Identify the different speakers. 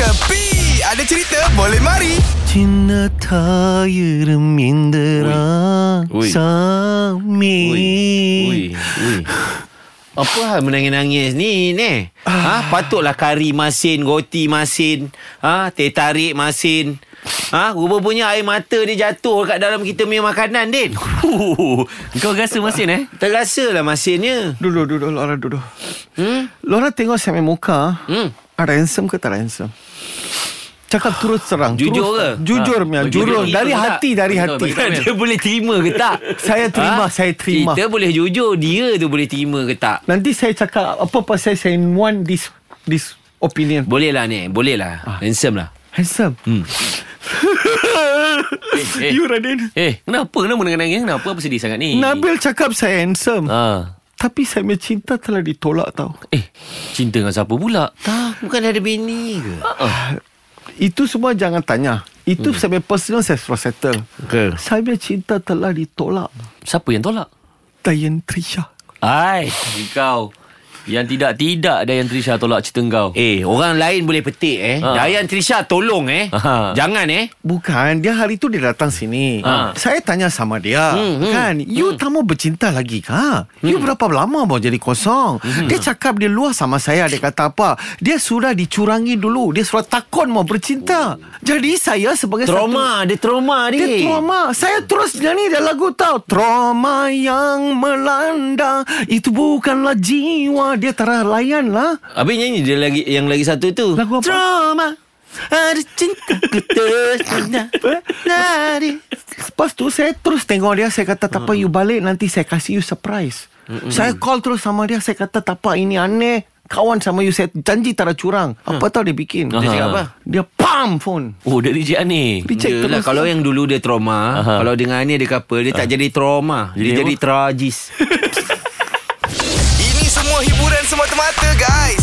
Speaker 1: Kepi Ada cerita boleh mari
Speaker 2: ചിന്നതായിരം
Speaker 3: Ui.
Speaker 2: Indira
Speaker 3: Ui.
Speaker 2: Sami
Speaker 3: Ui. Ui. Ui. Apa hal menangis-nangis ni ni? Ha patutlah kari masin, goti masin, ha teh tarik masin. Ha rupa-rupanya air mata dia jatuh kat dalam kita punya makanan Din. Uhuh.
Speaker 4: Kau rasa masin eh?
Speaker 3: Terrasalah masinnya.
Speaker 2: Duduk duduk Laura duduk
Speaker 3: Hmm?
Speaker 2: Laura tengok saya punya muka ah.
Speaker 3: Hmm.
Speaker 2: Ada handsome ke tak handsome Cakap terus terang
Speaker 3: ah,
Speaker 2: terus,
Speaker 3: Jujur ke?
Speaker 2: Jujur ha,
Speaker 4: Bagi
Speaker 2: Jujur
Speaker 4: tahu
Speaker 2: Dari
Speaker 4: tak?
Speaker 2: hati Dari
Speaker 4: Bagi tahu,
Speaker 2: hati
Speaker 4: bagi tahu.
Speaker 3: dia boleh terima ke tak? Ha?
Speaker 2: Saya terima, saya terima.
Speaker 3: Kita boleh jujur, dia tu boleh terima ke tak?
Speaker 2: Nanti saya cakap Apa pasal saya want this This opinion
Speaker 3: Boleh lah ni, boleh lah. Ah. Handsome lah.
Speaker 2: Handsome
Speaker 3: Hmm.
Speaker 4: eh.
Speaker 2: You Radin
Speaker 4: Eh, kenapa? Kenapa nangis-nangis? Kenapa? Apa sedih sangat
Speaker 3: Eh.
Speaker 4: ni?
Speaker 2: Nabil cakap saya handsome
Speaker 4: Ha.
Speaker 2: Tapi saya punya cinta telah ditolak tau
Speaker 4: Eh, cinta dengan siapa pula?
Speaker 3: Tak, bukan ada bini ke?
Speaker 2: Itu semua jangan tanya
Speaker 3: Hmm.
Speaker 2: Itu saya punya personal Saya sudah settle
Speaker 3: Ke?
Speaker 2: Saya punya cinta telah ditolak
Speaker 4: Siapa yang tolak?
Speaker 2: Dayan Trisha
Speaker 4: Ai, kau. Yang tidak-tidak Dayan Trisha tolak cerita kau.
Speaker 3: Eh,
Speaker 4: Eh.
Speaker 3: orang lain boleh petik eh.
Speaker 4: Ha.
Speaker 3: Dayan Trisha tolong eh.
Speaker 4: Ha.
Speaker 3: Jangan eh.
Speaker 2: Bukan Dia hari tu dia datang sini
Speaker 4: Ah.
Speaker 2: Saya tanya sama dia
Speaker 3: Hmm, hmm.
Speaker 2: Kan You tak mau bercinta lagi kah? You berapa lama mau jadi kosong?
Speaker 3: Hmm.
Speaker 2: Dia cakap dia luar sama saya Dia kata apa Dia sudah dicurangi dulu Dia sudah takon mau bercinta Jadi saya sebagai satu
Speaker 3: Oh. Trauma, dia trauma dia.
Speaker 2: Dia trauma Saya terus nyanyi dia lagu tau Trauma yang melanda Itu bukanlah jiwa Dia tak layan lah
Speaker 3: Habis nyanyi dia lagi yang lagi satu tu.
Speaker 2: Lagu apa?
Speaker 3: Trauma. Ada cinta ku tercina. Nari.
Speaker 2: Lepas tu saya terus tengok dia Saya kata tak apa
Speaker 3: Hmm.
Speaker 2: you balik Nanti saya kasih you surprise Saya call terus sama dia Saya kata tak apa ini aneh Kawan sama you Saya janji tak ada curang
Speaker 3: Hmm.
Speaker 2: Apa tahu dia bikin
Speaker 4: Dia cakap apa?
Speaker 2: Dia pam phone
Speaker 4: Oh, dia reject ni.
Speaker 2: Reject
Speaker 3: Yelah,
Speaker 2: terus
Speaker 3: lah,
Speaker 2: lah.
Speaker 3: kalau yang dulu dia trauma,
Speaker 4: Aha.
Speaker 3: kalau dengan ni dia couple, dia tak jadi trauma. Dia,
Speaker 4: Jadi
Speaker 3: jadi tragis.
Speaker 1: Ini semua hiburan semata-mata guys